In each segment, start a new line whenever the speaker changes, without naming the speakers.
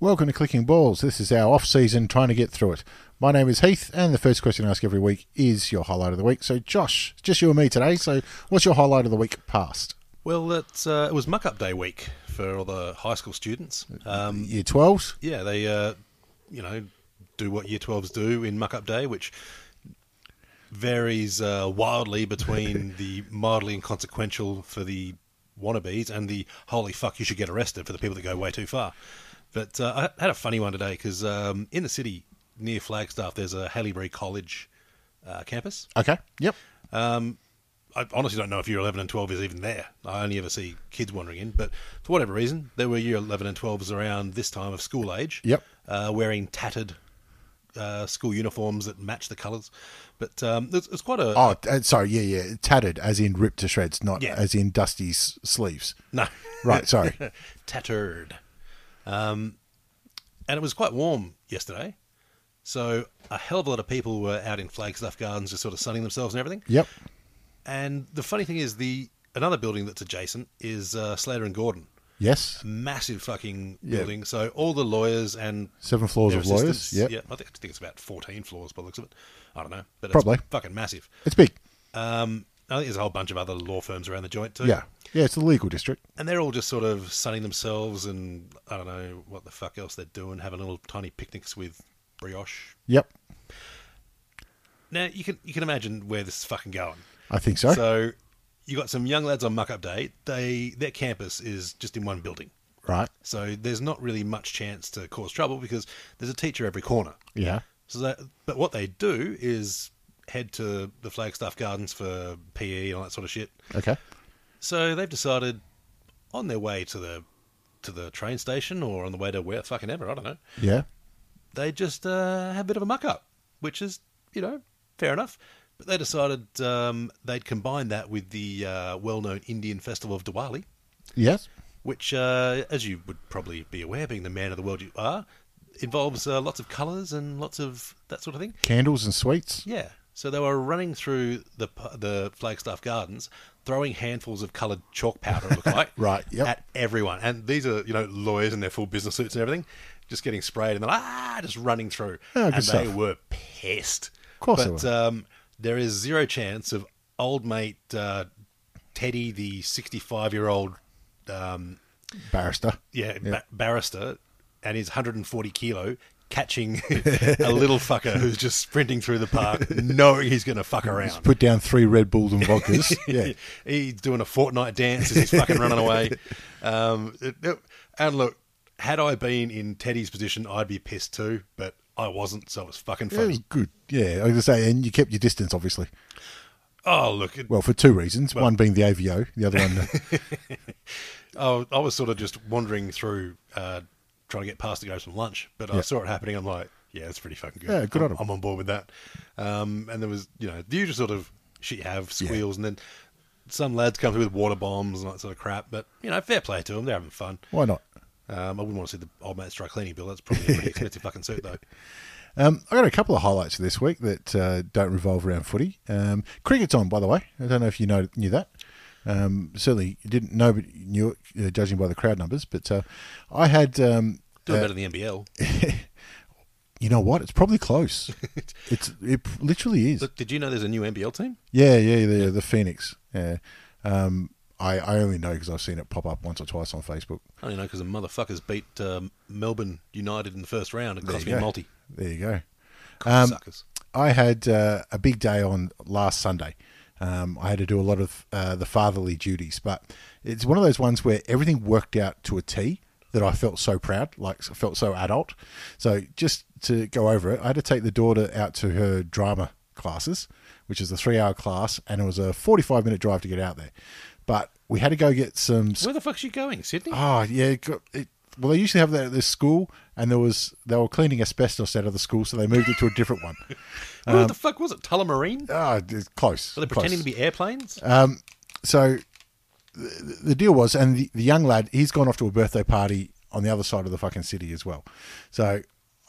Welcome to Clicking Balls. This is our off season trying to get through it. My name is Heath, and the first question I ask every week is your highlight of the week. So, Josh, it's just you and me today. So, what's your highlight of the week past?
Well, it's, uh, it was muck up day week for all the high school students. Um,
Year 12s?
yeah, they, uh, you know, do what year 12s do in muck up day, which varies uh, wildly between the mildly inconsequential for the wannabes and the holy fuck, you should get arrested for the people that go way too far. But uh, I had a funny one today because um, in the city near Flagstaff, there's a Haileybury College uh, campus.
Okay. Yep.
I honestly don't know if year 11 and 12 is even there. I only ever see kids wandering in, but for whatever reason, there were year 11 and 12s around this time of school age.
Yep.
Uh, wearing tattered uh, school uniforms that match the colours. But um, it's, it's quite a.
Oh, uh, sorry. Yeah, yeah. Tattered, as in ripped to shreds, not
Yeah.
as in Dusty's sleeves.
No.
Right. Sorry.
tattered. Um, and it was quite warm yesterday. So a hell of a lot of people were out in Flagstaff Gardens just sort of sunning themselves and everything.
yep.
And the funny thing is, the another building that's adjacent is uh, Slater and Gordon.
Yes.
massive fucking building. So all the lawyers and
Seven floors
their
of lawyers.
assistants-
Yep.
yeah, I think, I think it's about fourteen floors by the looks of it. I don't know, but
Probably.
it's fucking massive.
It's big.
Um, I think there's a whole bunch of other law firms around the joint too.
Yeah. Yeah. It's the legal district.
and they're all just sort of sunning themselves, and I don't know what the fuck else they're doing, having little tiny picnics with brioche.
Yep.
Now you can you can imagine where this is fucking going.
I think so.
So you got some young lads on muck up day. They their campus is just in one building.
right.
So there's not really much chance to cause trouble because there's a teacher every corner.
Yeah.
So that, but what they do is head to the Flagstaff Gardens for PE and all that sort of shit.
Okay.
So they've decided on their way to the to the train station or on the way to where fucking ever, I don't know.
Yeah.
They just uh, have a bit of a muck up, which is you know fair enough. But they decided um, they'd combine that with the uh, well-known Indian festival of Diwali
Yes.
which, uh, as you would probably be aware, being the man of the world you are, involves uh, lots of colours and lots of that sort of thing.
Candles and sweets.
Yeah. So they were running through the p- the Flagstaff Gardens, throwing handfuls of coloured chalk powder, it looked like,
Right, yep.
at everyone. And these are you know lawyers in their full business suits and everything, just getting sprayed and they're like, ah, just running through.
Oh, good
and they
stuff.
were pissed. Of
course they
but,
were.
Um, there is zero chance of old mate uh, Teddy, the sixty-five-year-old um,
Barrister.
yeah, Ba- barrister and his 140 kilo catching a little fucker who's just sprinting through the park knowing he's going to fuck around.
Put down three Red Bulls and vodkas. yeah.
he's doing a fortnight dance as he's fucking running away. Um, it- it- and look, had I been in Teddy's position, I'd be pissed too, but I wasn't, so it was fucking
It was
funny.
good. Yeah. I was going to say, and you kept your distance, obviously.
Oh, look, it,
Well, for two reasons. one being the AVO, the other one. uh,
I, I was sort of just wandering through uh, trying to get past to go have some lunch, but I
Yeah.
saw it happening. I'm like, yeah, that's pretty fucking good.
Yeah, good on
I'm,
'em.
I'm on board with that. Um, and there was, you know, the usual sort of shit you have, squeals, and then some lads come through with water bombs and that sort of crap. But, you know, fair play to them. They're having fun.
why not?
Um, I wouldn't want to see the old mate's dry cleaning bill. That's probably a pretty expensive fucking suit, though.
Um, I got a couple of highlights for this week that uh, don't revolve around footy. Um, cricket's on, by the way. I don't know if you know knew that. Um, certainly you didn't know, but you knew it, uh, judging by the crowd numbers. But uh, I had, um,
Doing better than the NBL.
you know what? It's probably close. it's it literally is.
Look, did you know there's a new NBL team?
Yeah, yeah, the the Phoenix. Yeah. Um, I, I only know because I've seen it pop up once or twice on Facebook.
I only know because the motherfuckers beat um, Melbourne United in the first round. It
There
cost
you
me a
go.
multi.
There you go. Um,
Cocksuckers.
I had uh, a big day on last Sunday. Um, I had to do a lot of uh, the fatherly duties, but it's one of those ones where everything worked out to a T that I felt so proud, like I felt so adult. So just to go over it, I had to take the daughter out to her drama classes, which is a three-hour class, and it was a forty-five minute drive to get out there. But we had to go get some
Where the fuck's she going, Sydney?
Oh yeah, it got- it, well they usually have that at this school, and there was they were cleaning asbestos out of the school, so they moved it to a different one.
Where
um,
the fuck was it? Tullamarine? Are
Ah, it's close. close.
they
Uh,
pretending to be airplanes?
So the, the deal was, and the, the young lad, he's gone off to a birthday party on the other side of the fucking city as well. So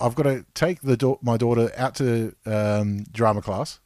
I've got to take the da- my daughter out to um, drama class,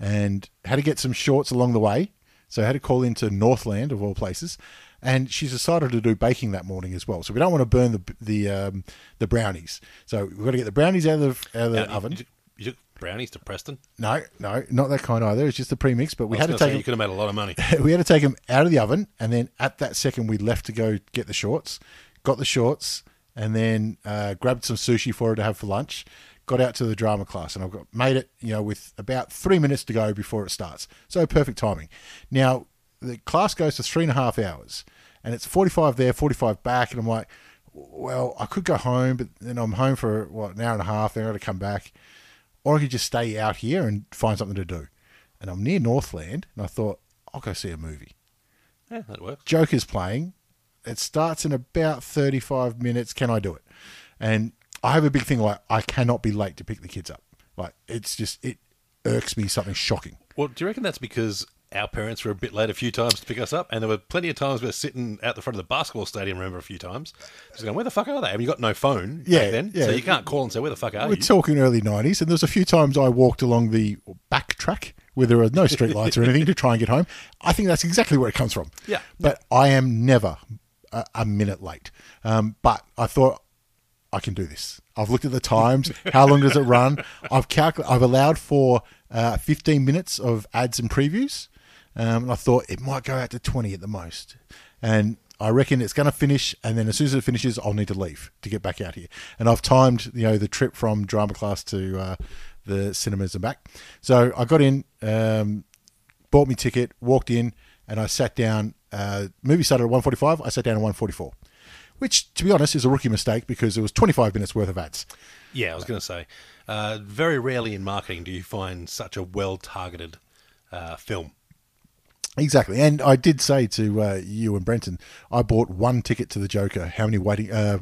and had to get some shorts along the way. So I had to call into Northland of all places, and she's decided to do baking that morning as well. So we don't want to burn the the um, the brownies. So we've got to get the brownies out of the, out of the
Now, you-
oven.
You, took- you took brownies to Preston.
No, no, not that kind either. It's just the premix. But we
I
had
was
to
gonna
take
say,
it
you could have made a lot of money.
we had to take them out of the oven, and then at that second, we left to go get the shorts. Got the shorts, and then uh, grabbed some sushi for her to have for lunch. Got out to the drama class, and I've got made it. You know, with about three minutes to go before it starts, so perfect timing. Now the class goes to three and a half hours, and it's forty-five there, forty-five back, and I'm like, well, I could go home, but then I'm home for what an hour and a half. Then I got to come back or I could just stay out here and find something to do. And I'm near Northland, and I thought, I'll go see a movie.
Yeah, that works.
Joker's playing. It starts in about 35 minutes. Can I do it? And I have a big thing like, I cannot be late to pick the kids up. Like, it's just, it irks me something shocking.
Well, do you reckon that's because our parents were a bit late a few times to pick us up, and there were plenty of times we were sitting out the front of the basketball stadium. Remember a few times, just going, "Where the fuck are they?" I mean, you got no phone
Yeah,
back then,
yeah.
so you can't call and say, "Where the fuck are
We're
Oh, you?"
talking early 90s, and there's a few times I walked along the back track where there are no streetlights or anything to try and get home. I think that's exactly where it comes from.
Yeah.
But I am never a, a minute late. Um, but I thought, I can do this. I've looked at the times. How long does it run? I've calcul- I've allowed for uh, 15 minutes of ads and previews. Um, and I thought it might go out to 20 at the most. And I reckon it's going to finish. And then as soon as it finishes, I'll need to leave to get back out here. And I've timed, you know, the trip from drama class to uh, the cinemas and back. So I got in, um, bought me ticket, walked in, and I sat down. Uh, movie started at 145. I sat down at 144, which, to be honest, is a rookie mistake because it was 25 minutes worth of ads.
Yeah, I was going to say, uh, very rarely in marketing do you find such a well targeted uh, film.
Exactly, and I did say to uh, you and Brenton, I bought one ticket to the Joker. How many waiting uh,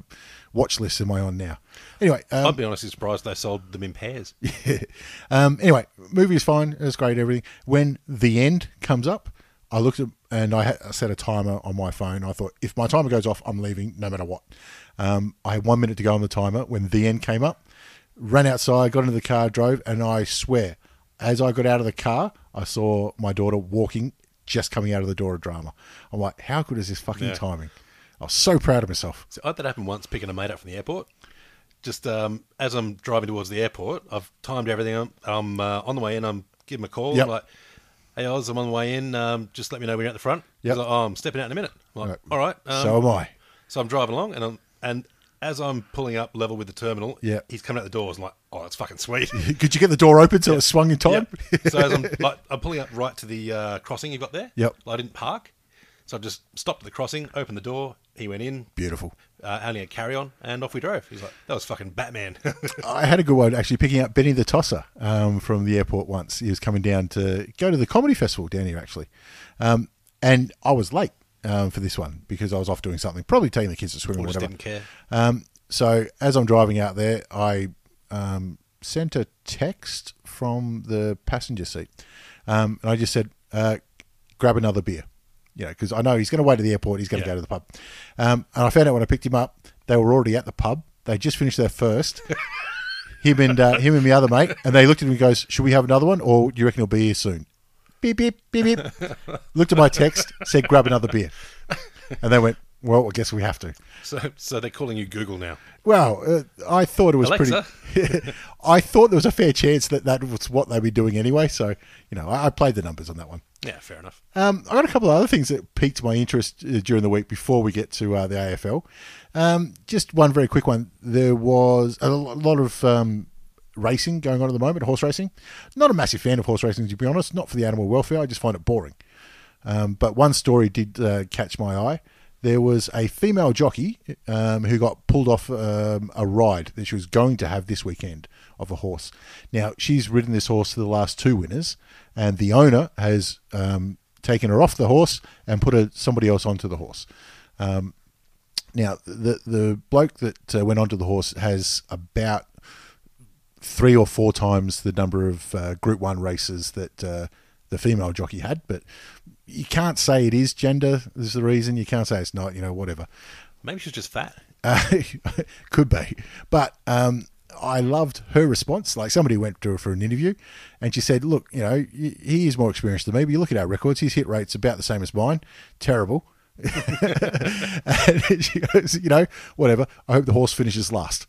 watch lists am I on now? Anyway, um,
I'd be honestly surprised they sold them in pairs.
um, anyway, movie is fine. It's great. Everything. When the end comes up, I looked at and I, had, I set a timer on my phone. I thought if my timer goes off, I'm leaving no matter what. Um, I had one minute to go on the timer when the end came up. Ran outside, got into the car, drove, and I swear, as I got out of the car, I saw my daughter walking, just coming out of the door of drama. I'm like, how good is this fucking timing? I was so proud of myself.
So I had that happen once picking a mate up from the airport. Just um, as I'm driving towards the airport, I've timed everything. I'm, I'm uh, on the way in. I'm giving him a call.
Yep.
Like, hey, Oz, I'm on the way in. Um, just let me know when you're at the front.
Yep.
He's like, oh, I'm stepping out in a minute. I'm like, all right. Um,
so am I.
So I'm driving along, and I'm and as I'm pulling up level with the terminal,
Yeah.
he's coming out the doors. I'm like, oh, that's fucking sweet.
Could you get the door open so it swung in time?
Yep. so as I'm, like, I'm pulling up right to the uh, crossing you got there.
Yep.
I didn't park, so I just stopped at the crossing, opened the door. He went in,
Beautiful.
uh, only a carry on, and off we drove. He's like, that was fucking Batman.
I had a good one actually picking up Benny the Tosser um, from the airport once. He was coming down to go to the comedy festival down here actually, um, and I was late um, for this one because I was off doing something, probably taking the kids to swim or,
or just
whatever.
didn't care.
Um, so as I'm driving out there, I um, sent a text from the passenger seat, um, and I just said, uh, "Grab another beer," you know, because I know he's going to wait at the airport. He's going to
Yeah.
go to the pub, um, and I found out when I picked him up, they were already at the pub. They just finished their first. him and uh, him and my other mate, and they looked at me and goes, "Should we have another one, or do you reckon he'll be here soon?" Beep beep beep beep. looked at my text, said, "Grab another beer," and they went, Well, I guess we have to.
So, so they're calling you Google now.
Well, uh, I thought it was
Alexa?
pretty. I thought there was a fair chance that that was what they'd be doing anyway. So, you know, I, I played the numbers on that one.
Yeah, fair enough.
Um, I got a couple of other things that piqued my interest uh, during the week before we get to uh, the AFL. Um, just one very quick one. There was a lo- lot of um, racing going on at the moment, horse racing. Not a massive fan of horse racing, to be honest. Not for the animal welfare. I just find it boring. Um, but one story did uh, catch my eye. There was a female jockey um, who got pulled off um, a ride that she was going to have this weekend of a horse. Now, she's ridden this horse for the last two winners, and the owner has um, taken her off the horse and put a, somebody else onto the horse. Um, Now, the, the bloke that uh, went onto the horse has about three or four times the number of uh, Group One races that uh, the female jockey had. But you can't say it is gender is the reason. You can't say it's not. You know, whatever.
Maybe she's just fat.
Uh, could be, but um, I loved her response. Like somebody went to her for an interview, and she said, "Look, you know, y- he is more experienced than me. But you look at our records; his hit rate's about the same as mine. Terrible." and she goes, you know, whatever. I hope the horse finishes last.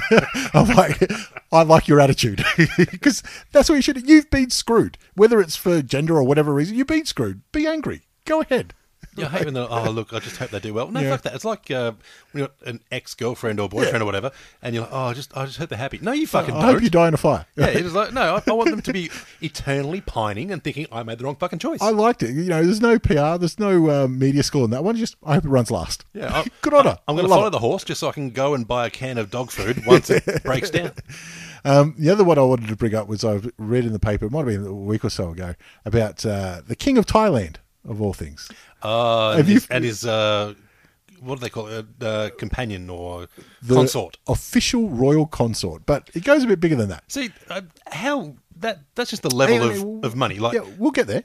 I'm like, I like your attitude because that's what you should. You've been screwed, whether it's for gender or whatever reason. You've been screwed. Be angry. Go ahead.
Yeah, I hate when they're, oh, look, I just hope they do well. No, fuck that. It's like uh, when you've got an ex girlfriend or boyfriend or whatever, and you're like, oh, I just, I just hope they're happy. No, you fucking
I
don't.
hope you die in a fire.
Yeah, it's like, no, I, I want them to be eternally pining and thinking I made the wrong fucking choice.
I liked it. You know, there's no PR, there's no uh, media score in that one. Just I hope it runs last. good on her.
I'm going to
love
follow
it.
the horse just so I can go and buy a can of dog food once it breaks down.
Um, the other one I wanted to bring up was I've read in the paper, it might have been a week or so ago, about uh, the king of Thailand of all things.
Uh, and
Have you-
his, and his uh, what do they call it? Uh, uh, companion or
The
consort.
official royal consort, but it goes a bit bigger than that.
See, uh, how that that's just the level
Hey,
of, of money. Like,
yeah, we'll get there.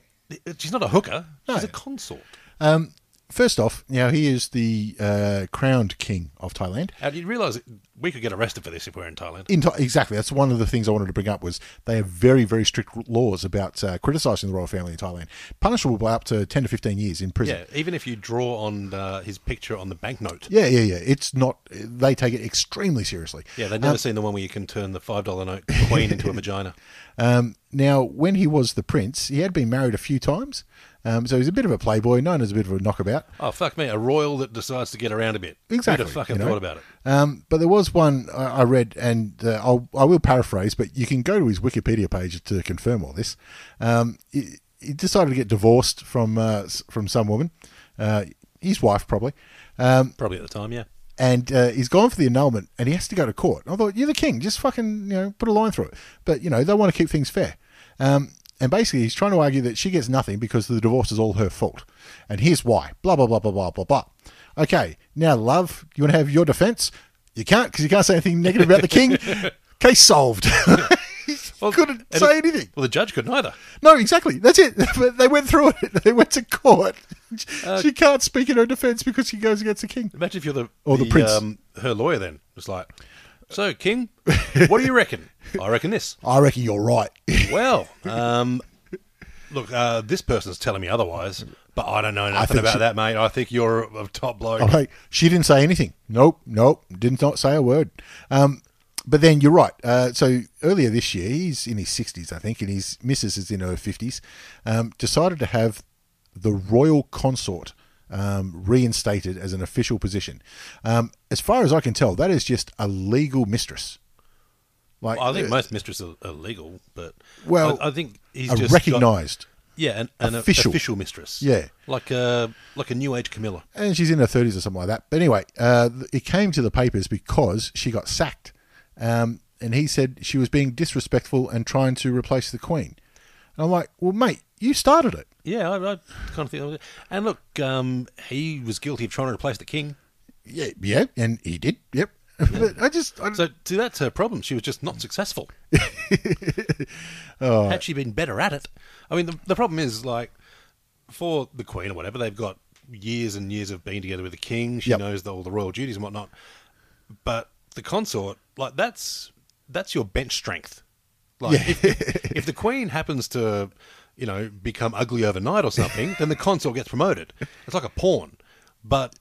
she's not a hooker; she's
No.
a consort.
Um, first off, now he is the uh, crowned king of Thailand.
And you realise that we could get arrested for this if we were in Thailand.
In Tha- exactly. That's one of the things I wanted to bring up was they have very, very strict laws about uh, criticising the royal family in Thailand. Punishable by up to 10 to 15 years in prison.
Yeah, even if you draw on uh, his picture on the banknote.
Yeah, yeah, yeah. It's not. They take it extremely seriously.
Yeah, they've never seen the one where you can turn the five dollar note queen into a vagina.
Um, now, when he was the prince, he had been married a few times, um, so he's a bit of a playboy, known as a bit of a knockabout.
Oh fuck me, a royal that decides to get around a bit.
Exactly,
Who'd have fucking
you know?
thought about it.
Um, but there was one I, I read, and uh, I'll, I will paraphrase, but you can go to his Wikipedia page to confirm all this. Um, he, he decided to get divorced from uh, s- from some woman, uh, his wife probably, um,
Probably at the time, yeah.
and uh, he's gone for the annulment, and he has to go to court. And I thought, you're the king, just fucking you know put a line through it. But you know they want to keep things fair, um, and basically he's trying to argue that she gets nothing because the divorce is all her fault, and here's why. Blah blah blah blah blah blah blah. Okay, now love, you want to have your defence? You can't because you can't say anything negative about the king. Case solved. he couldn't
and
say
it-
anything.
Well, the judge couldn't either.
No, exactly. That's it. But they went through it. They went to court.
Uh,
she can't speak in her defence because she goes against the king.
Imagine if you're the um,
Or Oh, the prince.
her lawyer. Then it's like, so King, what do you reckon? I reckon this.
I reckon you're right.
Well, um, look, uh, this person's telling me otherwise, but I don't know nothing
think
about
she-
that, mate. I think you're a top bloke.
I'm like, she didn't say anything. Nope, nope, did not say a word. Um, but then you're right. Uh, so earlier this year, he's in his 60s, I think, and his missus is in her 50s, um, decided to have the royal consort um, reinstated as an official position. Um, as far as I can tell, that is just a legal mistress. Like,
I think
uh,
most mistresses are legal, but
Well,
I, I think he's
a
just got-
recognised.
yeah, an, an
official.
official. official mistress,
Yeah.
like a like a new age Camilla.
and she's in her 30s or something like that. But anyway, uh, th- it came to the papers because she got sacked. Um, and he said she was being disrespectful and trying to replace the Queen. And I'm like, well, mate, you started it.
Yeah, I, I kind of think. That was it. And look, um, he was guilty of trying to replace the king.
Yeah, yeah, and he did. Yep. but I just, I,
So, see, that's her problem. She was just not successful. Had she been better at it, I mean, the, the problem is like for the Queen or whatever, they've got years and years of being together with the King. She
Yep.
knows the, all the royal duties and whatnot. But the consort, like that's that's your bench strength. Like if, if, if the Queen happens to, you know, become ugly overnight or something, then the consort gets promoted. It's like a pawn, but.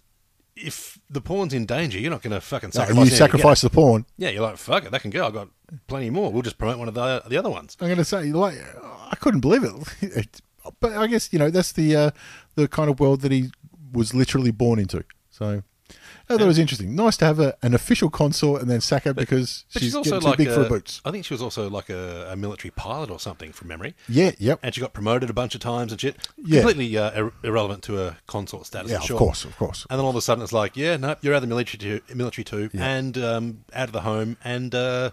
if the pawn's in danger, you're not going to fucking
No,
sacrifice.
you
anything to get it.
sacrifice the pawn.
Yeah, you're like, fuck it, that can go. I've got plenty more. We'll just promote one of the, the other ones.
I'm going to say, like, I couldn't believe it. It- But I guess you know that's the uh, the kind of world that he was literally born into. So oh, that was interesting. Nice to have a, an official consort and then sack her because
But
she's,
she's, also
getting too
like
big
a,
for her boots.
I think she was also like a, a military pilot or something from memory.
Yeah, yep.
And she got promoted a bunch of times and shit.
Yeah.
Completely uh, ir- irrelevant to her consort status.
Yeah,
for
of
sure. Um,
course, of course.
And then all of a sudden it's like, yeah, nope, you're out of the military too, military too and um, out of the home. And uh,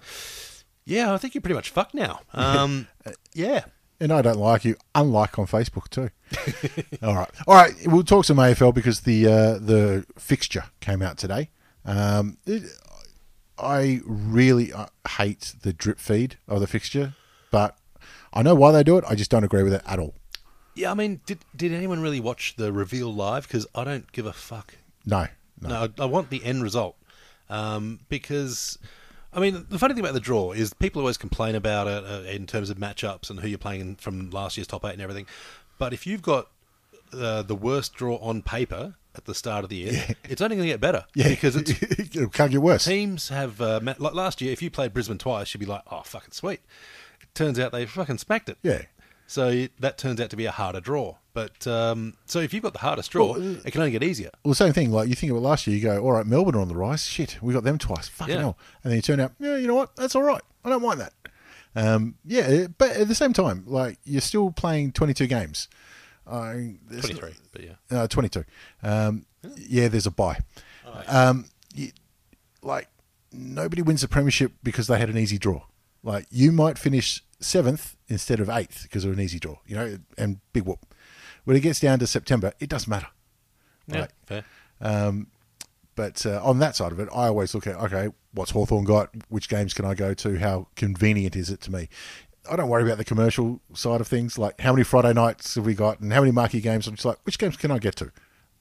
yeah, I think you're pretty much fucked now. Um, yeah.
And I don't like you, unlike on Facebook too. All right, all right. We'll talk some AFL because the uh, the fixture came out today. Um, it, I really uh, hate the drip feed of the fixture, but I know why they do it. I just don't agree with it at all.
Yeah, I mean, did, did anyone really watch the reveal live? Because I don't give a fuck.
No, no.
No, I, I want the end result um, because, I mean, the funny thing about the draw is people always complain about it uh, in terms of matchups and who you're playing from last year's top eight and everything. But if you've got uh, the worst draw on paper at the start of the year, it's only going to get better because it's,
it can't get worse.
teams have uh, ma- like last year. If you played Brisbane twice, you'd be like, "Oh, fucking sweet." It turns out they fucking smacked it.
Yeah.
So that turns out to be a harder draw. But um, so if you've got the hardest draw, it can only get easier.
Well, same thing. Like you think about last year, you go, "All right, Melbourne are on the rise. Shit, we got them twice. Fucking
Yeah.
hell!" And then you turn out, "Yeah, you know what? That's all right. I don't mind that." Um, yeah, it- but at the same time, like you're still playing 22 games. I there's-
Twenty-three, but yeah.
uh, 22. Um, yeah, there's a buy.
Oh,
Um, you- like nobody wins the premiership because they had an easy draw. Like you might finish seventh instead of eighth because of an easy draw. You know, and big whoop. When it gets down to September, it doesn't matter.
Yeah,
Right.
fair.
But uh, on that side of it, I always look at okay, what's Hawthorn got? Which games can I go to? How convenient is it to me? I don't worry about the commercial side of things, like how many Friday nights have we got and how many marquee games. I'm just like, which games can I get to?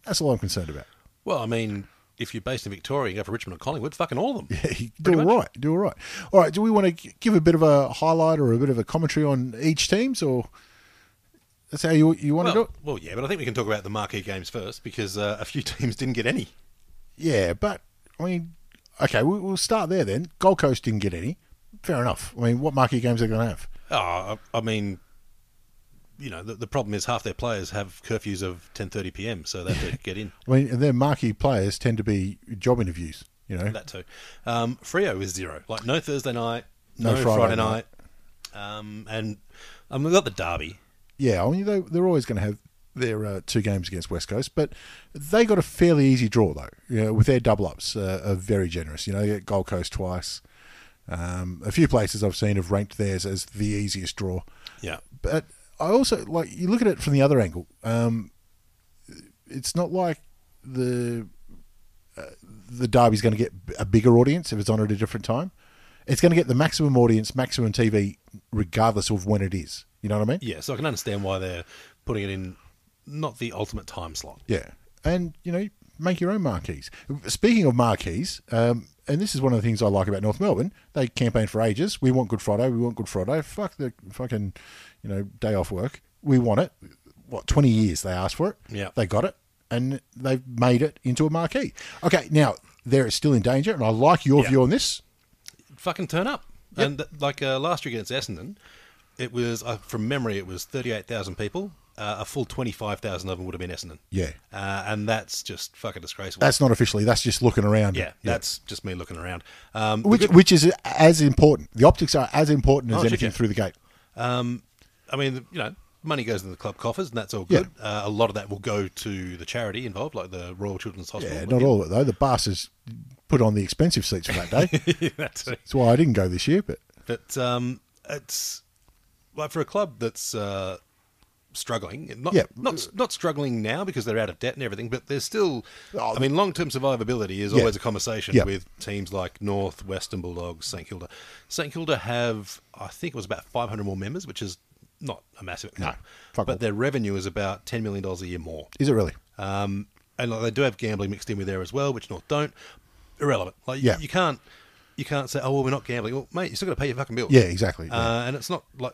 That's all I'm concerned about.
Well, I mean, if you're based in Victoria, you go for Richmond or Collingwood, fucking all of them.
You do all right, do all right. All right, do we want to give a bit of a highlight or a bit of a commentary on each team's, or that's how you you want to do
Well,
it?
well, yeah, but I think we can talk about the marquee games first because uh, a few teams didn't get any.
Yeah, but I mean, okay, we, we'll start there then. Gold Coast didn't get any. Fair enough. I mean, what marquee games are they going to have?
Oh, I, I mean, you know, the, the problem is half their players have curfews of 10:30 p.m., so they have to get in.
I mean, and their marquee players tend to be job interviews. You know,
That too. Um, Frio is zero. Like no Thursday night,
No
no,
Friday
Friday, night, Um, and um, we've got the derby.
yeah. I mean, they, they're always going to have their uh, two games against West Coast, but they got a fairly easy draw though. You know, with their double ups uh, are very generous. You know, they get Gold Coast twice. Um, a few places I've seen have ranked theirs as the easiest draw.
Yeah,
but I also like you look at it from the other angle. Um, it's not like the uh, the derby's going to get a bigger audience if it's on at a different time. It's going to get the maximum audience, maximum TV, regardless of when it is. You know what I mean?
yeah. So I can understand why they're putting it in not the ultimate time slot.
Yeah, and you know, make your own marquees. Speaking of marquees, um, and this is one of the things I like about North Melbourne. They campaign for ages. We want Good Friday. We want Good Friday. Fuck the fucking, you know, day off work. We want it. What twenty years they asked for it.
Yeah.
they got it, and they've made it into a marquee. Okay, now there it's still in danger, and I like your
Yeah.
view on this.
fucking turn up. And th- like uh, last year against Essendon, it was uh, from memory it was thirty eight thousand people. Uh, a full twenty five thousand of them would have been Essendon.
Yeah.
uh, and that's just fucking disgraceful.
That's not officially. That's just looking around.
yeah, that's just me looking around. Um, the
which
good- Oh,
which is as important. The optics are as important as
shit,
anything
yeah.
through the gate.
I mean, you know, money goes into the club coffers, and that's all
Yeah.
good. Uh, a lot of that will go to the charity involved, like the Royal Children's Hospital.
Yeah, not all of it though. The bastards put on the expensive seats for that day.
that's it.
That's why I didn't go this year. But
But um, it's like for a club that's uh, struggling, not
Yeah.
not not struggling now because they're out of debt and everything, but there's still.
Oh,
I mean, long term survivability is
Yeah.
always a conversation
Yeah.
with teams like North, Western Bulldogs, St Kilda. St Kilda have, I think it was about 500 more members, which is not a massive amount,
fuck
but
all.
their revenue is about 10 million dollars a year more.
is it really?
Um, and like, they do have gambling mixed in with there as well, which North don't. Irrelevant. Like
Yeah.
you, you can't you can't say, oh well, we're not gambling. Well, mate, you still got to pay your fucking bills.
Yeah, exactly,
Uh, and it's not like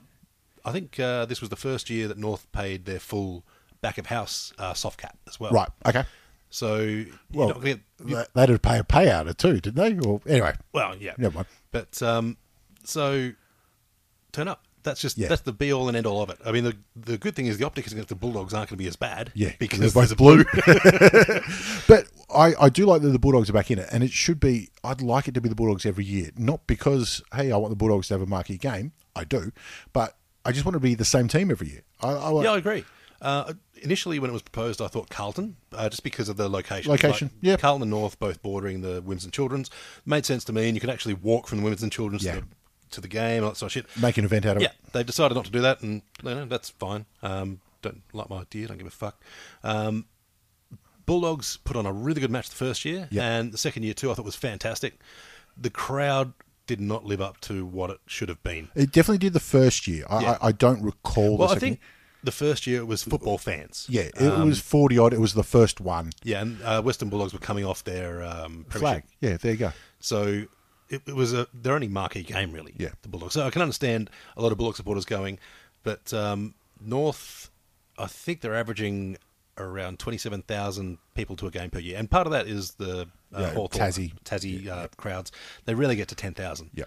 I think uh, this was the first year that North paid their full back of house uh, soft cap as well.
Right. Okay.
So you're
Well,
not going to
they they had to pay a payout or two, didn't they? Or anyway,
well, yeah,
Never mind.
But um, so turn up. That's just
Yeah.
that's the be all and end all of it. I mean, the the good thing is the optics against the Bulldogs aren't going to be as bad.
yeah,
because
they're both
there's a
blue. but I, I do like that the Bulldogs are back in it, and it should be. I'd like it to be the Bulldogs every year, not because hey, I want the Bulldogs to have a marquee game. I do, but I just want to be the same team every year. I, I like,
Yeah, I agree. Uh, initially, when it was proposed, I thought Carlton, uh, just because of the location.
Location, yeah.
Carlton and North, both bordering the Women's and Children's, made sense to me, and you could actually walk from the Women's and Children's
Yeah.
to, the, to the game, and all that sort of shit.
make an event out of
Yeah,
it.
they've decided not to do that, and you know, that's fine. Um, don't like my idea, don't give a fuck. Um, Bulldogs put on a really good match the first year,
Yeah.
and the second year too, I thought was fantastic. The crowd did not live up to what it should have been.
It definitely did the first year. I,
Yeah.
I, I don't recall.
Well,
the
I
second
think the first year it was football fans.
year. yeah, it was forty odd. It was the first one.
Yeah, and uh, Western Bulldogs were coming off their um,
Flag.
premiership,
Yeah, there you go.
so it, it was a their only marquee game really.
Yeah.
the Bulldogs. So I can understand a lot of Bulldog supporters going, but um, North, I think they're averaging around twenty-seven thousand people to a game per year, and part of that is the uh,
Yeah,
Hawthorn-
Tassie.
Tassie uh, crowds. They rarely get to ten thousand.
Yeah.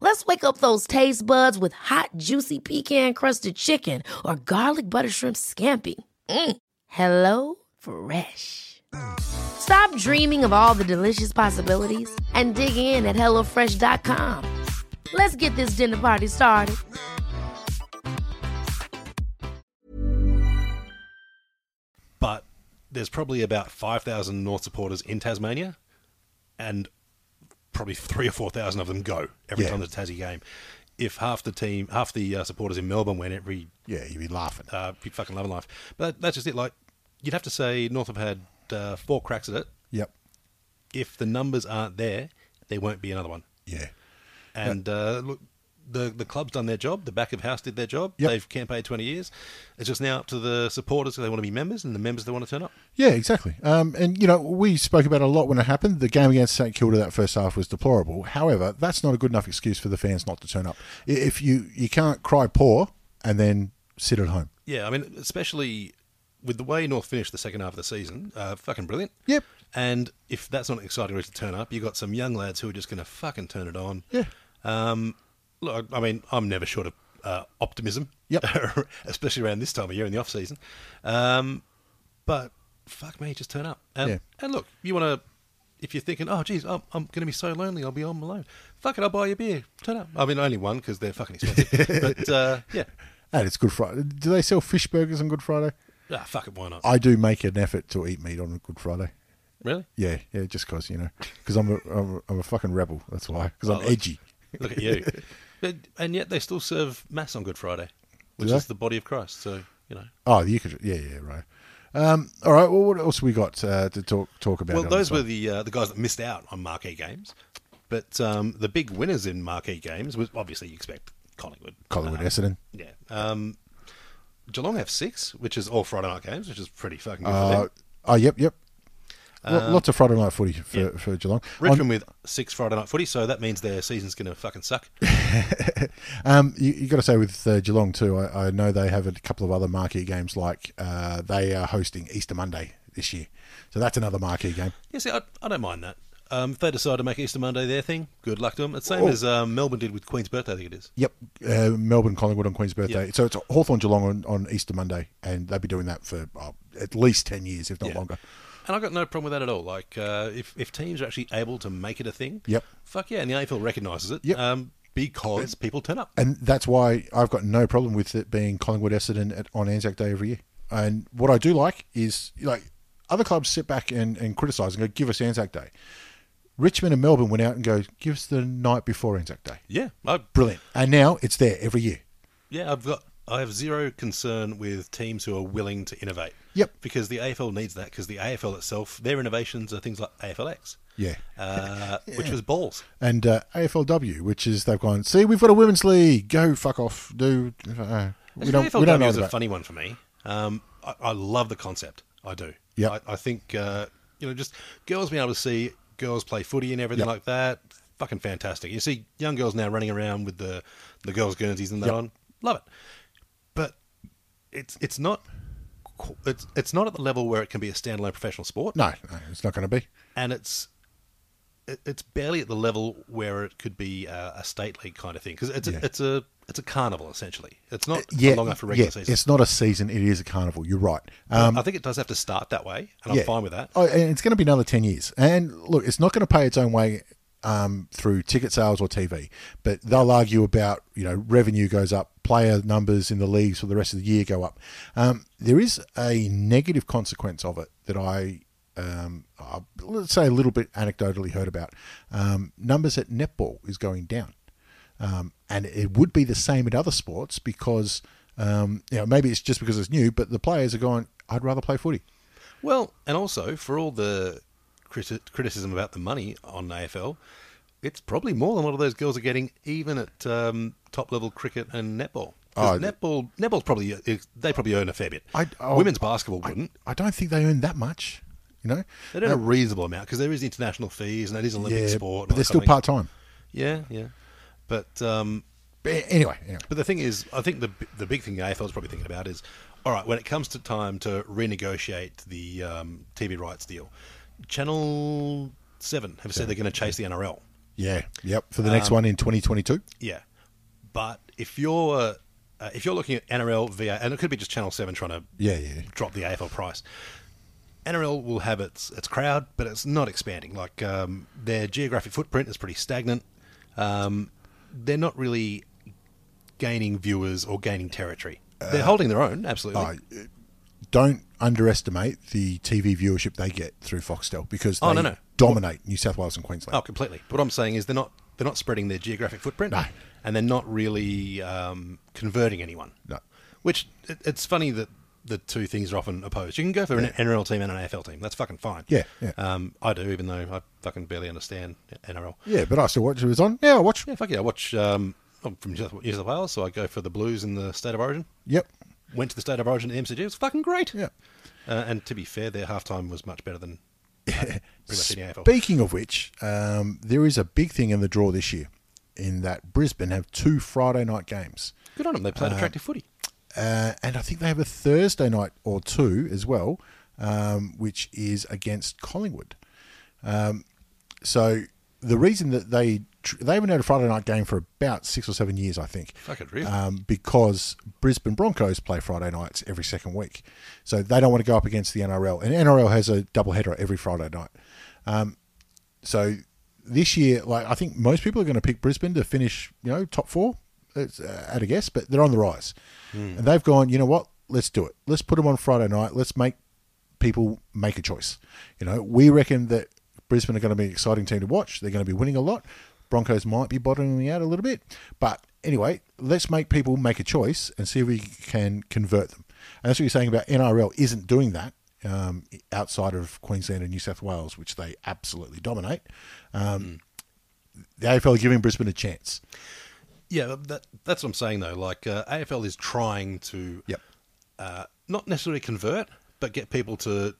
Let's wake up those taste buds with hot, juicy pecan crusted chicken or garlic butter shrimp scampi. Mm. Hello Fresh. Stop dreaming of all the delicious possibilities and dig in at HelloFresh.com. Let's get this dinner party started.
but there's probably about 5,000 North supporters in Tasmania, and probably three or 4,000 of them go every
Yeah.
time there's a Tassie game. If half the team, half the uh, supporters in Melbourne went every,
Yeah, you'd be laughing.
uh, you'd fucking love life. But that's just it. Like, you'd have to say North have had uh, four cracks at it.
Yep.
If the numbers aren't there, there won't be another one.
Yeah.
And uh, look, the the club's done their job. The back of house did their job.
Yep.
They've campaigned 20 years. It's just now up to the supporters. They want to be members, and the members they want to turn up.
Yeah, exactly. Um, and you know, we spoke about it a lot when it happened. The game against St Kilda that first half was deplorable. However, that's not a good enough excuse for the fans not to turn up. I- If you you can't cry poor and then sit at home.
Yeah, I mean, especially with the way North finished the second half of the season, uh, fucking brilliant.
Yep.
And if that's not an exciting reason to turn up, you've got some young lads who are just going to fucking turn it on.
Yeah.
Um, look, I mean, I'm never short of uh, optimism.
Yep.
especially around this time of year in the off season. Um, but fuck me, just turn up. And,
Yeah.
and look, you want to. If you're thinking, oh, geez, I'm, I'm going to be so lonely, I'll be on alone. Fuck it, I'll buy you a beer. Turn up. I mean, only one because they're fucking expensive. but uh, yeah,
And it's Good Friday. Do they sell fish burgers on Good Friday?
ah, fuck it, why not?
I do make an effort to eat meat on Good Friday.
really?
Yeah, yeah, just because you know, because I'm a, I'm a I'm a fucking rebel. That's why. Because I'm
Oh,
edgy.
Look at you. but, and yet they still serve mass on Good Friday, which
Do they?
is the body of Christ. So you know.
Oh, you could. Yeah, yeah, right. Um, all right. Well, what else we got uh, to talk talk about?
Well,
on this
those were
one?
the uh, the guys that missed out on marquee games, but um, the big winners in marquee games was obviously you expect Collingwood.
Collingwood,
Uh,
Essendon.
yeah. Um, Geelong have six, which is all Friday night games, which is pretty fucking good for
Uh,
them.
oh, yep, yep. Lo- Lots of Friday night footy for, for Geelong.
Um, Richmond with six Friday night footy, so that means their season's going to fucking suck.
Um, you, you got to say with uh, Geelong too. I, I know they have a couple of other marquee games, like uh, they are hosting Easter Monday this year, so that's another marquee game.
Yeah, see, I, I don't mind that. Um, if they decide to make Easter Monday their thing, good luck to them. It's same as um, Melbourne did with Queen's birthday, I think it is.
Yep, uh, Melbourne Collingwood on Queen's Birthday. So it's Hawthorn Geelong on, on Easter Monday, and they'll be doing that for oh, at least ten years, if not
Yeah.
longer.
And I got no problem with that at all. Like, uh, if if teams are actually able to make it a thing,
Yep.
fuck yeah, and the AFL recognises it,
Yep.
um, because people turn up.
and that's why I've got no problem with it being Collingwood Essendon at, on Anzac Day every year. And what I do like is like other clubs sit back and, and criticise and go, give us Anzac Day. Richmond and Melbourne went out and go, give us the night before Anzac Day.
Yeah, I,
Brilliant. And now it's there every year.
yeah, I've got. I have zero concern with teams who are willing to innovate.
Yep.
Because the AFL needs that. Because the AFL itself, their innovations are things like AFLX,
Yeah.
uh, which was balls.
And uh, AFLW, which is they've gone, see, we've got a women's league. Go fuck off. Do. Uh, we don't,
AFLW
we don't know
is a
about.
funny one for me. Um, I, I love the concept. I do.
Yep.
I, I think uh, you know, just girls being able to see girls play footy and everything
Yep.
like that. Fucking fantastic. You see young girls now running around with the the girls' guernseys and that
Yep.
on. Love it. But it's it's not qu- it's it's not at the level where it can be a standalone professional sport
No, no, it's not going to be.
and it's it- it's barely at the level where it could be a, a state league kind of thing because it's a,
Yeah.
it's a it's a carnival essentially. It's not
Yeah,
long after regular
yeah,
season.
it's not a season. It is a carnival. You're right. Um,
I think it does have to start that way, and
yeah.
I'm fine with that.
Oh, and it's going to be another 10 years. And look, it's not going to pay its own way um, through ticket sales or TV, but they'll argue about, you know, revenue goes up, player numbers in the leagues for the rest of the year go up. Um, there is a negative consequence of it that I, um, I, let's say, a little bit anecdotally heard about. Um, numbers at netball is going down. Um, and it would be the same in other sports because, um, you know, maybe it's just because it's new, but the players are going, I'd rather play footy.
Well, and also for all the criti- criticism about the money on AFL, it's probably more than what of those girls are getting, even at um, top level cricket and netball. 'Cause
Oh, th-
netball, netball's probably uh, they probably earn a fair bit.
I- oh,
Women's basketball wouldn't.
I don't think they earn that much. You know, Uh,
They don't a reasonable amount because there is international fees and it is an Olympic sport. and
but
all
they're
that
still
kind of
part time.
thing. Yeah, yeah. But um,
But anyway, anyway,
but the thing is, I think the the big thing the AFL is probably thinking about is, all right, when it comes to time to renegotiate the um, TV rights deal, Channel Seven have said they're going to chase the NRL.
yeah, yep. For the
Um,
next one in 2022,
Yeah, but if you're uh, if you're looking at NRL via, and it could be just Channel Seven trying to
Yeah, yeah.
drop the AFL price. NRL will have its its crowd, but it's not expanding. Like um, their geographic footprint is pretty stagnant. Um, they're not really gaining viewers or gaining territory. They're holding their own, absolutely.
don't underestimate the TV viewership they get through Foxtel because they
Oh, no, no.
dominate New South Wales and Queensland.
Oh, completely. But what I'm saying is they're not they're not spreading their geographic footprint,
No.
and they're not really um, converting anyone.
No.
Which it, it's funny that the two things are often opposed. You can go for an NRL team and an AFL team. That's fucking fine.
Yeah, yeah.
Um, I do, even though I fucking barely understand NRL.
Yeah, but I still watch it was on. Yeah, I watch.
Oh. Yeah, fuck yeah. I watch. Um, I'm from New South New South Wales, so I go for the Blues in the State of Origin.
Yep.
Went to the State of Origin at MCG. It was fucking great.
Yeah.
Uh, and to be fair, their halftime was much better than uh, pretty much any AFL.
Speaking of which, um, there is a big thing in the draw this year, in that Brisbane have two Friday night games.
Good on them. They played attractive footy.
uh, and I think they have a Thursday night or two as well, um, which is against Collingwood. Um, so the reason that they tr- they haven't had a Friday night game for about six or seven years, I think,
Fuck it, really?
um, because Brisbane Broncos play Friday nights every second week, so they don't want to go up against the NRL, and NRL has a double header every Friday night. So this year, like I think most people are going to pick Brisbane to finish, you know, top four it's, uh, at a guess, but they're on the rise, and they've gone. You know what? Let's do it. Let's put them on Friday night. Let's make people make a choice. You know, we reckon that Brisbane are going to be an exciting team to watch. They're going to be winning a lot. Broncos might be bottoming out a little bit, but anyway, let's make people make a choice and see if we can convert them. And that's what you're saying about NRL isn't doing that um, outside of Queensland and New South Wales, which they absolutely dominate. Um, The AFL are giving Brisbane a chance.
Yeah, but that, that's what I'm saying though. Like uh, AFL is trying to,
Yep.
uh, not necessarily convert, but get people to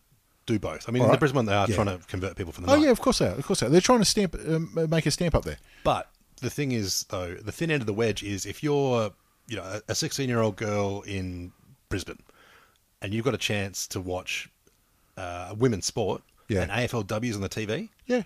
do both. I mean,
All
in the
right.
Brisbane they are
Yeah.
trying to convert people from the
Oh
night.
yeah, of course they are. Of course they are. They're trying to stamp, um, make a stamp up there.
But the thing is, though, the thin end of the wedge is if you're, you know, a 16 year old girl in Brisbane, and you've got a chance to watch uh, women's sport
Yeah.
and AFLWs on the TV,
Yeah,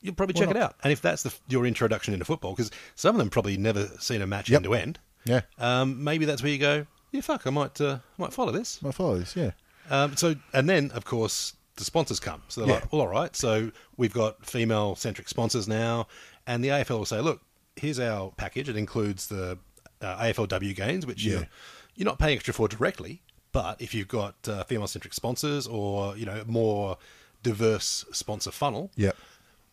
you'll probably
Why
check it
not?
out. And if that's the, your introduction into football, because some of them probably never seen a match
Yep.
end to end.
Yeah.
Um, maybe that's where you go. Yeah, fuck. I might, uh, I might follow this.
my followers. Yeah,
Um, so, and then of course the sponsors come. So they're
Yeah.
like, well, all right. So we've got female centric sponsors now, and the AFL will say, look, here's our package. It includes the uh, AFLW games, which
Yeah.
you're, you're not paying extra for directly, but if you've got uh, female centric sponsors or you know more diverse sponsor funnel,
Yep.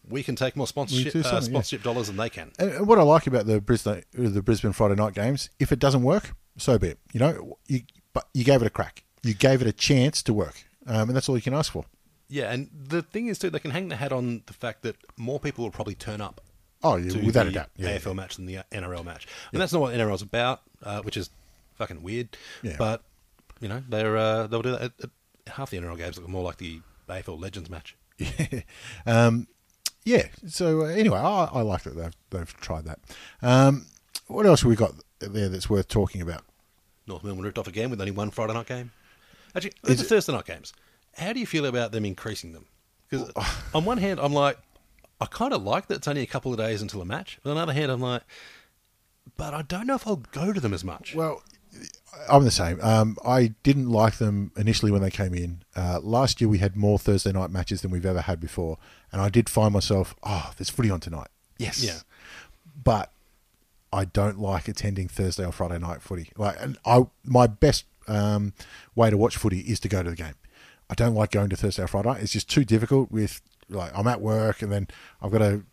we can take more sponsorship,
do
uh,
something, yeah.
sponsorship dollars than they can.
And and what I like about the Brisbane the Brisbane Friday night games, if it doesn't work, so be it. You know, you but you gave it a crack. You gave it a chance to work, um, and that's all you can ask for.
Yeah, and the thing is too, they can hang their hat on the fact that more people will probably turn up
Oh, yeah,
to
without
the
a doubt. Yeah,
AFL match than the NRL match, and that's not what NRL's about, uh, which is fucking weird.
Yeah.
But you know, they're uh, they'll do that. At, at half the NRL games look more like the AFL Legends match.
um, yeah. So uh, anyway, I, I like that they've they've tried that. Um, what else have we got there that's worth talking about?
North Melbourne ripped off again with only one Friday night game. Actually, it's the Thursday night games. How do you feel about them increasing them? Because
oh.
on one hand, I'm like, I kind of like that it's only a couple of days until a match. But on the other hand, I'm like, but I don't know if I'll go to them as much.
Well, I'm the same. Um, I didn't like them initially when they came in. Uh, last year we had more Thursday night matches than we've ever had before, and I did find myself, oh, there's footy on tonight. Yes.
Yeah.
But I don't like attending Thursday or Friday night footy. Like, and I my best um, way to watch footy is to go to the game. I don't like going to Thursday or Friday. night. It's just too difficult. With like, I'm at work, and then I've got to,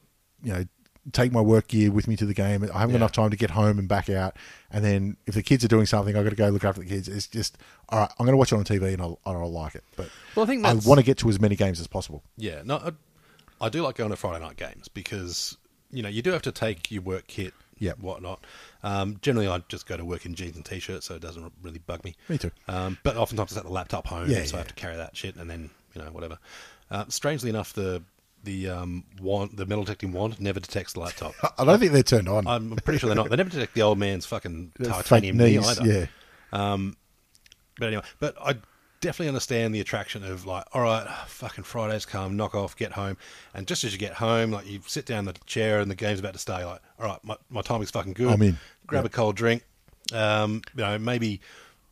you know, take my work gear with me to the game. I haven't got
Yeah.
enough time to get home and back out. And then if the kids are doing something, I've got to go look after the kids. It's just all right. I'm going to watch it on TV, and I'll, and I'll like it. But
Well, I think
I
that's-
want to get to as many games as possible.
Yeah, no, I, I do like going to Friday night games because you know you do have to take your work kit,
Yeah.
whatnot. Um, generally, I just go to work in jeans and t-shirts, so it doesn't really bug me.
Me too.
Um, but oftentimes I take the laptop home,
Yeah,
so I
yeah.
have to carry that shit, and then you know whatever. Uh, strangely enough, the the um, wand, the metal detecting wand, never detects the laptop.
I don't think they're turned on.
I'm pretty sure they're not. They never detect the old man's fucking
Fake
titanium knee
knees,
either.
yeah.
But anyway, but I definitely understand the attraction of like, all right, fucking Fridays come, knock off, get home, and just as you get home, like you sit down in the chair and the game's about to start. You're like, all right, my, my timing's fucking good.
I'm in.
Grab a cold drink, um, you know, maybe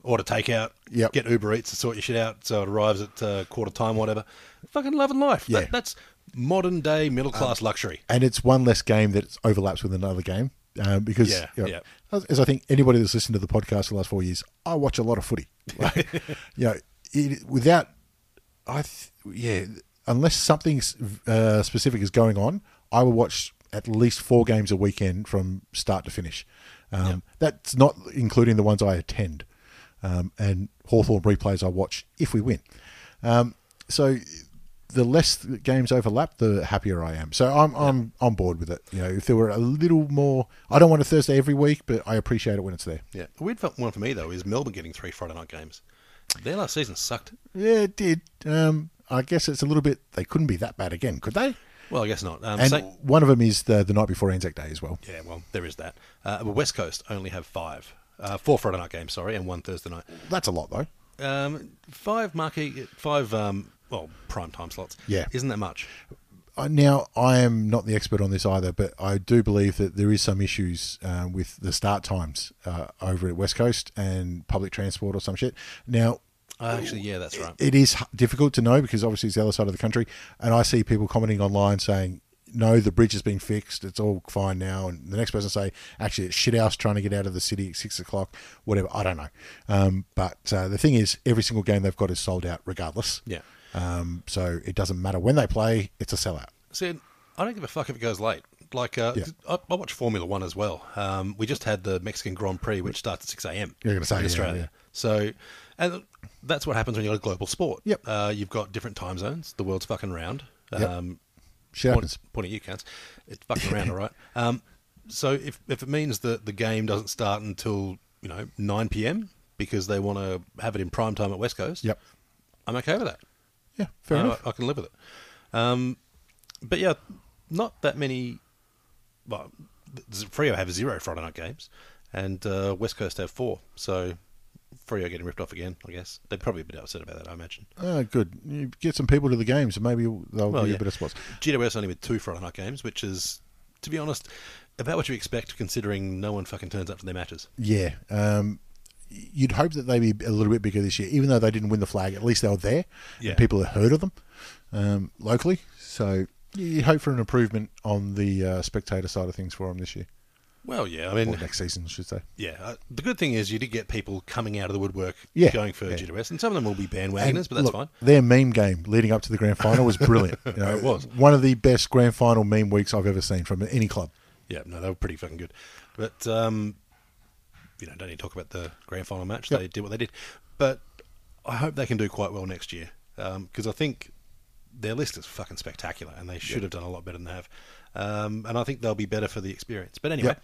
order takeout.
Yep.
Get Uber Eats to sort your shit out so it arrives at uh, quarter time, whatever. Fucking loving life.
Yeah. Um,
That, that's modern day middle class luxury.
and it's one less game that overlaps with another game um, because
Yeah,
you know,
yeah.
as- as I think anybody that's listened to the podcast for the last four years, I watch a lot of footy. Like, you know, it, without I th- yeah, unless something s- uh, specific is going on, I will watch at least four games a weekend from start to finish. Um, That's not including the ones I attend um, and Hawthorn replays I watch if we win. Um, so the less the games overlap, the happier I am. So I'm I'm on board with it. You know, if there were a little more, I don't want a Thursday every week, but I appreciate it when it's there.
Yeah. The weird one for me though is Melbourne getting three Friday night games. Their last season sucked.
Yeah, it did. Um, I guess it's a little bit. They couldn't be that bad again, could they?
Well, I guess not. Um,
And
Saint-
one of them is the the night before Anzac Day as well.
Yeah, well, there is that. Uh, but West Coast only have five, uh, four Friday night games, sorry, and one Thursday night.
That's a lot though.
Um, five marquee, five um, well prime time slots.
Yeah.
isn't that much?
Uh, Now I am not the expert on this either, but I do believe that there is some issues uh, with the start times uh, over at West Coast and public transport or some shit. Now
Uh, actually, yeah, that's right.
it is h- difficult to know because obviously it's the other side of the country, and I see people commenting online saying. No, the bridge has been fixed. It's all fine now. And the next person say, actually, it's shit house trying to get out of the city at six o'clock, whatever. I don't know. Um, but uh, the thing is, every single game they've got is sold out regardless.
Yeah.
Um, so it doesn't matter when they play, it's a sellout.
See, I don't give a fuck if it goes late. Like, uh,
Yeah.
I, I watch Formula One as well. Um, we just had the Mexican Grand Prix, which starts at six a.m.
You're gonna say,
in
yeah,
Australia.
yeah.
So, and that's what happens when you're a global sport.
Yep.
Uh, you've got different time zones. The world's fucking round.
Yep.
Um,
Shit
point,
happens.
point at you, cunts. It's fucking around, all right. Um, so if if it means that the game doesn't start until you know nine p.m. because they want to have it in prime time at West Coast,
Yep.
I'm okay with that.
Yeah, fair
Uh,
enough.
I, I can live with it. Um, but yeah, not that many. Well, th- Frio have zero Friday night games, and uh, West Coast have four. So Frio getting ripped off again, I guess. They'd probably be upset about that, I imagine.
Oh, good. You get some people to the games, and maybe they'll
Well,
give you
yeah.
a bit of spots.
GWS only with two Friday night games, which is, to be honest, about what you expect considering no one fucking turns up to their matches.
Yeah. Um, you'd hope that they'd be a little bit bigger this year, even though they didn't win the flag. At least they were there.
Yeah.
And people had heard of them um, locally. So you hope for an improvement on the uh, spectator side of things for them this year.
Well, yeah. I mean,
or next season, I should say.
yeah. uh, The good thing is you did get people coming out of the woodwork
Yeah,
going for
yeah.
GWS, and some of them will be
And
bandwagoners, but that's
look,
fine.
Their meme game leading up to the grand final was brilliant. You know,
It was.
one of the best grand final meme weeks I've ever seen from any club.
Yeah, no, they were pretty fucking good. But um, you know, don't need to talk about the grand final match. They did what they did. But I hope they can do quite well next year because I think their list is fucking spectacular, and they should have done a lot better than they have. Um, and I think they'll be better for the experience. But anyway,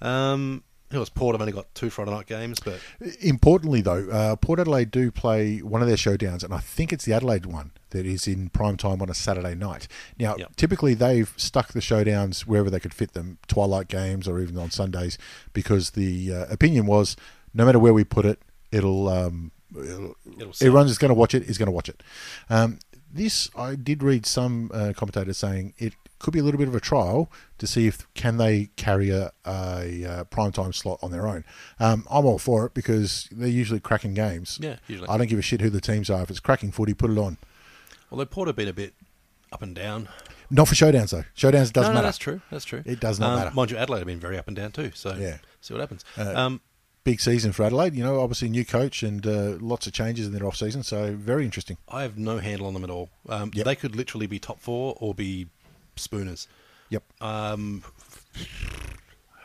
um, who else? Port have only got two Friday night games, but
Importantly, though, uh, Port Adelaide do play one of their showdowns, and I think it's the Adelaide one that is in prime time on a Saturday night. Now,
Yep.
typically they've stuck the showdowns wherever they could fit them, twilight games or even on Sundays, because the uh, opinion was no matter where we put it, it'll, um, it'll, everyone's going to watch it is going to watch it. Um, this I did read some uh, commentators saying it could be a little bit of a trial to see if can they carry a, a, uh prime time slot on their own. Um, I'm all for it because they're usually cracking games.
Yeah, usually.
I don't give a shit who the teams are. If it's cracking footy, put it on.
although Port have been a bit up and down.
Not for showdowns though. Showdowns doesn't
No, no,
matter.
that's true. That's true.
It does not
Um,
matter.
Mind you, Adelaide have been very up and down too. So
Yeah. Uh,
see what happens. um,
Big season for Adelaide. You know, obviously new coach and uh, lots of changes in their off season. So very interesting.
I have no handle on them at all. Um,
Yep.
They could literally be top four or be spooners.
Yep.
Um,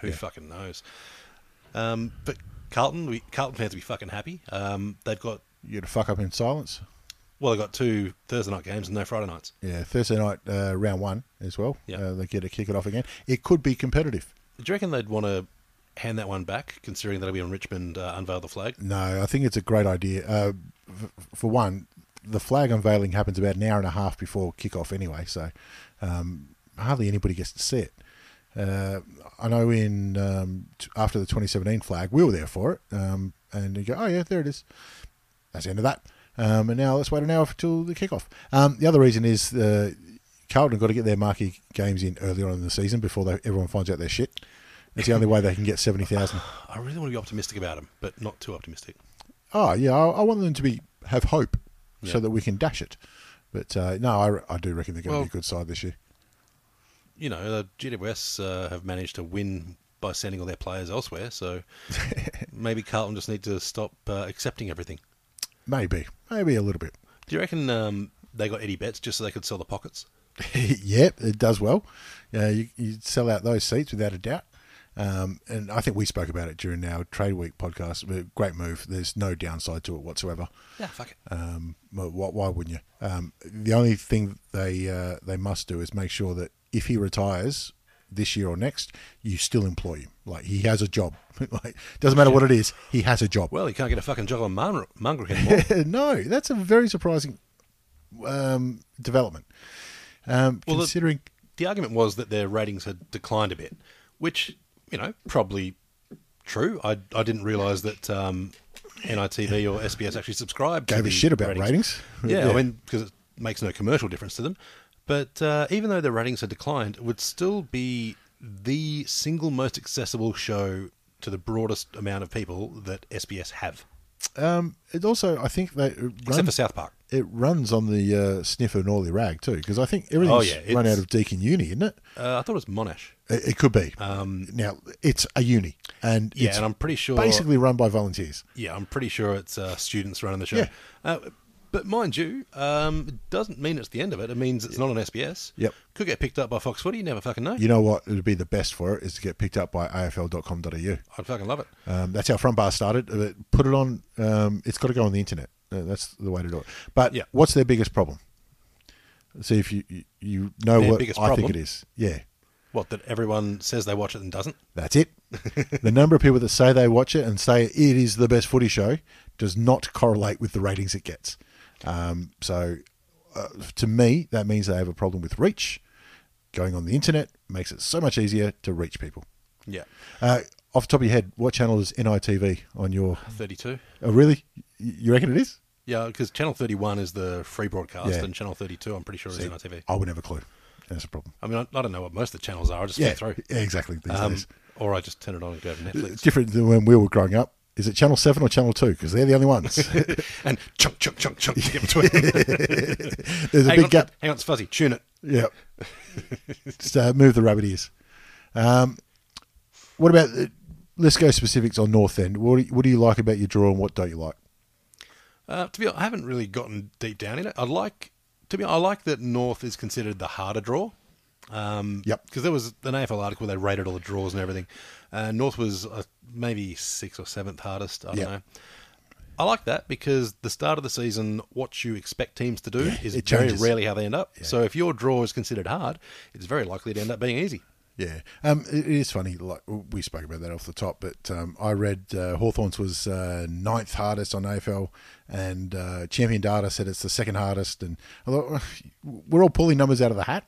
who fucking knows? Um, but Carlton, we, Carlton fans will be fucking happy. Um, they've got
You're gonna fuck up in silence.
well, they've got two Thursday night games and no Friday nights.
Yeah, Thursday night uh, round one as well.
Yeah.
Uh, they get to kick it off again. It could be competitive.
Do you reckon they'd want to hand that one back, considering that'll be on Richmond uh, unveil the flag?
No, I think it's a great idea. Uh, f- for one, the flag unveiling happens about an hour and a half before kickoff anyway, so um, hardly anybody gets to see it. Uh, I know in um, t- after the 2017 flag, we were there for it, um, and you go, oh yeah, there it is. That's the end of that. Um, and now let's wait an hour till the kickoff. Um, the other reason is uh, Carlton got to get their marquee games in early on in the season before they, everyone finds out their shit. It's the only way they can get seventy thousand.
I really want to be optimistic about them, but not too optimistic.
Oh yeah, I, I want them to be have hope so that we can dash it. But uh, no, I, re- I do reckon they're going
Well-
to be a good side this year.
You know, the GWS uh, have managed to win by sending all their players elsewhere, so maybe Carlton just need to stop uh, accepting everything.
Maybe, maybe a little bit.
Do you reckon um, they got Eddie Betts just so they could sell the pockets?
yep, it does well. Uh, you you sell out those seats without a doubt. Um, and I think we spoke about it during our trade week podcast. Uh, Great move. There's no downside to it whatsoever.
Yeah, fuck it.
Um, wh- why, why wouldn't you? Um, the only thing they uh, they must do is make sure that if he retires this year or next, you still employ him. Like he has a job. like doesn't matter what it is, he has a job.
Well, you can't get a fucking juggle on Mun- Mungrel anymore.
no, that's a very surprising um, development. Um,
Well, the-
considering
the argument was that their ratings had declined a bit, which, you know, probably true. I, I didn't realise that um, NITV or SBS actually subscribed to
gave
the
a shit about ratings.
Yeah, I mean, because it makes no commercial difference to them. But uh, even though the ratings had declined, it would still be the single most accessible show to the broadest amount of people that SBS have,
um, it also I think they it
except for
runs,
South Park.
it runs on the uh, sniffer gnarly rag too because I think everything's
Oh, yeah, it's-
run out of Deakin Uni, isn't it?
Uh, I thought it was Monash.
It, it could be. Um, now it's a uni, and
Yeah,
it's
and I'm pretty sure.
basically run by volunteers.
yeah, I'm pretty sure it's uh, students running the show.
Yeah.
Uh, but mind you, um, it doesn't mean it's the end of it. It means it's not on SBS.
Yep.
Could get picked up by Fox Footy. You never fucking know.
You know what would be the best for it is to get picked up by AFL.com.au.
I'd fucking love it.
Um, that's how front bar started. Uh, Put it on. Um, it's got to go on the internet. Uh, that's the way to do it. But
Yeah.
what's their biggest problem? See if you you, you know
Their
what I
biggest
think it
problem?
is. Yeah,
What, that everyone says they watch it and doesn't?
that's it. the number of people that say they watch it and say it is the best footy show does not correlate with the ratings it gets. Um, so, uh, to me, that means they have a problem with reach. Going on the internet makes it so much easier to reach people.
Yeah.
Uh, off the top of your head, what channel is NITV on your
32.
Oh, really? Y- You reckon it is?
Yeah, because Channel 31 is the free broadcast,
Yeah.
and Channel 32, I'm pretty sure, is NITV.
I wouldn't have a clue. That's a problem.
I mean, I, I don't know what most of the channels are. I just
Yeah,
flick through.
yeah, exactly. These
Um,
days.
or I just turn it on and go to
It's
Netflix.
different than when we were growing up. Is it Channel 7 or Channel 2? Because they're the only ones.
and chunk, chunk, chunk, chunk to get between them.
There's a
hang,
big
on,
gap.
hang on, it's fuzzy. Tune it.
Yeah. Just uh, move the rabbit ears. Um, What about uh, let's go specifics on North End. What do you, what do you like about your draw and what don't you like?
Uh, to be honest, I haven't really gotten deep down in it. I like to be I like that North is considered the harder draw. Um,
Mm, Yep.
Because there was an AFL article where they rated all the draws and everything. Uh, North was uh, maybe sixth or seventh hardest. I don't
Yep.
know. I like that because the start of the season, what you expect teams to do is
it
very
changes.
rarely how they end up. So if your draw is considered hard, it's very likely to end up being easy.
Yeah, um, it, it is funny. Like we spoke about that off the top, but um, I read uh, Hawthorns was uh, ninth hardest on AFL, and uh, Champion Data said it's the second hardest. And I thought we're all pulling numbers out of the hat,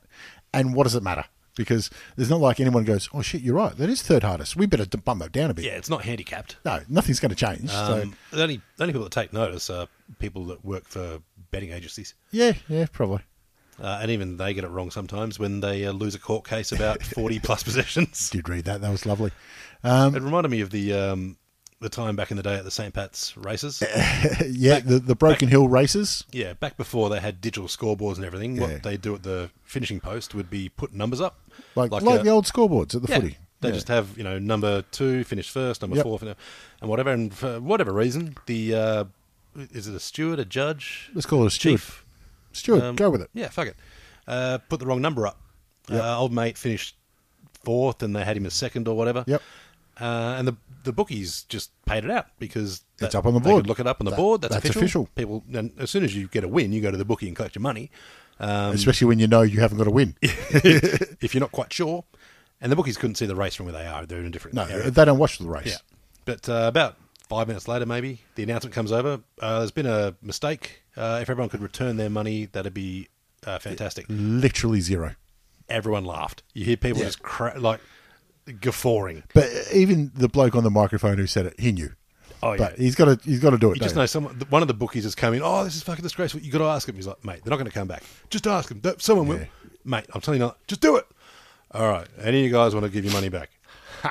and what does it matter? Because there's not like anyone goes, "Oh shit, you're right. That is third hardest. We better d- bump that down a bit."
Yeah, it's not handicapped.
No, nothing's going to change. so
Um, the only the only people that take notice are people that work for betting agencies.
yeah, yeah, probably.
Uh, and even they get it wrong sometimes when they uh, lose a court case about 40 plus possessions.
Did read that. That was lovely.
It reminded me of the um, the time back in the day at the St. Pat's races.
yeah, the, the Broken Hill races.
yeah, back before they had digital scoreboards and everything,
Yeah.
what they do at the finishing post would be put numbers up.
Like, like,
uh,
the old scoreboards at the
yeah,
footy.
They
Yeah.
just have, you know, number two finished first, number
Yep.
four, fin- and whatever. And for whatever reason, the uh, is it a steward, a judge?
Let's call it a steward.
Chief.
Stuart,
Um,
go with it.
Yeah, fuck it. Uh, put the wrong number up. Uh, old mate finished fourth, and they had him as second or whatever.
Yep.
Uh, and the the bookies just paid it out because
It's up on the
they could
board.
look it up on the
That-
board. That's,
that's
official.
official.
People, and as soon as you get a win, you go to the bookie and collect your money. Um,
Especially when you know you haven't got a win.
if you're not quite sure, and the bookies couldn't see the race from where they are; they're in a different
No,
area.
they don't watch the race.
Yeah. But uh, about five minutes later, maybe, the announcement comes over. Uh, there's been a mistake. Uh, if everyone could return their money, that'd be uh,
Mm-hmm.
fantastic.
Literally zero.
Everyone laughed. You hear people just cra- like guffawing.
But even the bloke on the microphone who said it, he knew.
Oh, yeah.
But he's got to he's got to do it.
You just
don't
know someone. One of the bookies has come in. Oh, this is fucking disgraceful. You got to ask him. He's like, mate, they're not going to come back. Just ask him. That- Someone will.
Yeah.
Mate, I'm telling you, not. just do it. All right. Any of you guys want to give your money back?
you?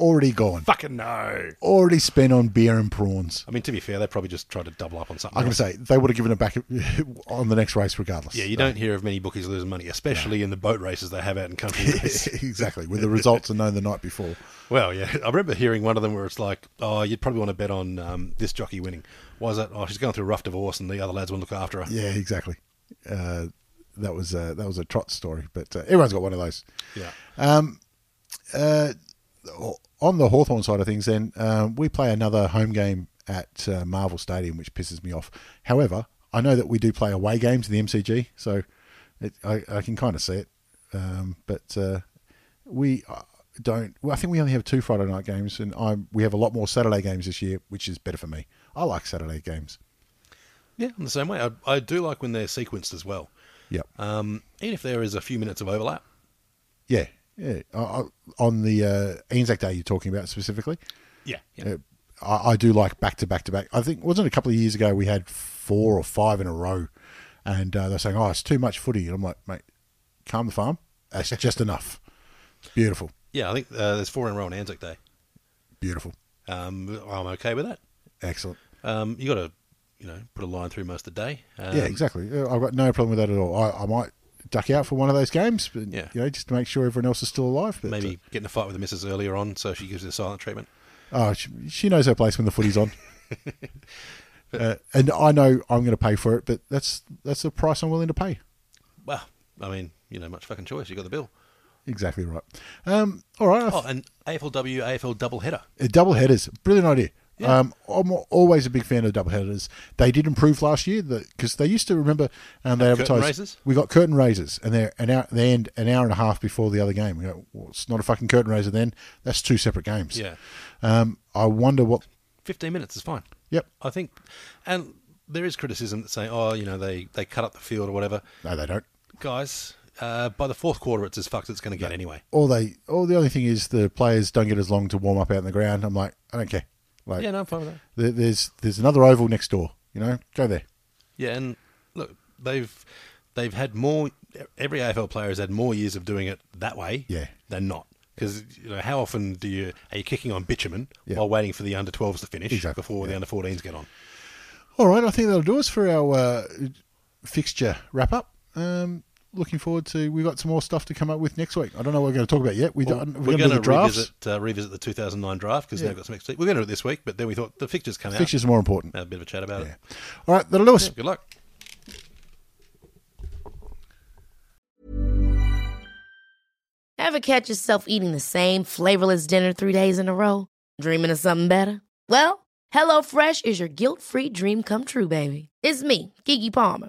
already gone.
Fucking no.
Already spent on beer and prawns.
I mean, to be fair, they probably just tried to double up on something.
I'm going
else.
to say they would have given it back on the next race regardless.
Yeah, you don't hear of many bookies losing money, especially in the boat races they have out in country. roads.
exactly. When the results are known the night before.
well, yeah, I remember hearing one of them where it's like, oh, you'd probably want to bet on um, this jockey winning. Why is that? Oh, she's going through a rough divorce, and the other lads won't look after her.
Yeah, exactly. Uh, that was uh, that was a trot story, but uh, everyone's got one of those.
Yeah.
on the Hawthorn side of things, then um, we play another home game at uh, Marvel Stadium, which pisses me off. However, I know that we do play away games in the MCG, so it, I, I can kind of see it. Um, but uh, we uh, don't. Well, I think we only have two Friday night games, and I we have a lot more Saturday games this year, which is better for me. I like Saturday games.
yeah, in the same way, I, I do like when they're sequenced as well.
Yep.
Um, even if there is a few minutes of overlap.
yeah. Yeah. I, I, on the uh, Anzac Day, you're talking about specifically.
Yeah, yeah.
Uh, I, I do like back to back to back. I think wasn't it a couple of years ago we had four or five in a row, and uh, they're saying, "Oh, it's too much footy." And I'm like, "Mate, calm the farm. That's just enough." Beautiful,
Yeah, I think uh, there's four in a row on Anzac Day.
beautiful,
Um, I'm okay with that.
excellent.
Um, you got to, you know, put a line through most of the day. Um,
yeah, exactly. Uh, I've got no problem with that at all. I, I might duck out for one of those games, but
Yeah.
you know, just to make sure everyone else is still alive. But,
Maybe get in a fight with the missus earlier on, so she gives you the silent treatment.
uh, oh, she, she knows her place when the footy's on. Uh, and I know I'm going to pay for it, but that's that's the price I'm willing to pay.
Well, I mean, you know, much fucking choice. You got the bill.
Exactly right. Um, all right. I
Oh, and AFLW, AFL double header.
Uh, Double headers, brilliant idea. Um, I'm always a big fan of double headers. They did improve last year because they used to remember um, they
curtain
advertised
raisers?
we got curtain raisers and they're an hour they end an hour and a half before the other game. We go, well, it's not a fucking curtain raiser then. That's two separate games.
Yeah,
Um, I wonder what.
fifteen minutes is fine.
Yep.
I think, and there is criticism that say, oh, you know, they they cut up the field or whatever.
No, they don't.
Guys, uh, by the fourth quarter, it's as fucked as it's going to get anyway.
All they all the only thing is the players don't get as long to warm up out in the ground. I'm like, I don't care. Like,
Yeah, no, I'm fine with that.
there, there's there's another oval next door. You know, go there.
Yeah, and look, they've they've had more. Every AFL player has had more years of doing it that way.
Yeah.
than not. Because you know, how often do you are you kicking on bitumen
Yeah.
while waiting for the under 12s to finish
Exactly,
before the under 14s get on?
All right, I think that'll do us for our uh, fixture wrap up. Um, looking forward to. We've got some more stuff to come up with next week. I don't know what we're going to talk about yet. We
Well,
don't,
we're
going to do
gonna
the drafts.
revisit, uh, revisit the 2009 draft because
Yeah.
they've got some extra. We're going to do it this week, but then we thought the fixtures come out.
Fixtures are more important.
Have a bit of a chat about it.
All right, that'll do us.
Good luck.
Ever catch yourself eating the same flavorless dinner three days in a row? Dreaming of something better? Well, HelloFresh is your guilt free dream come true, baby. It's me, Gigi Palmer.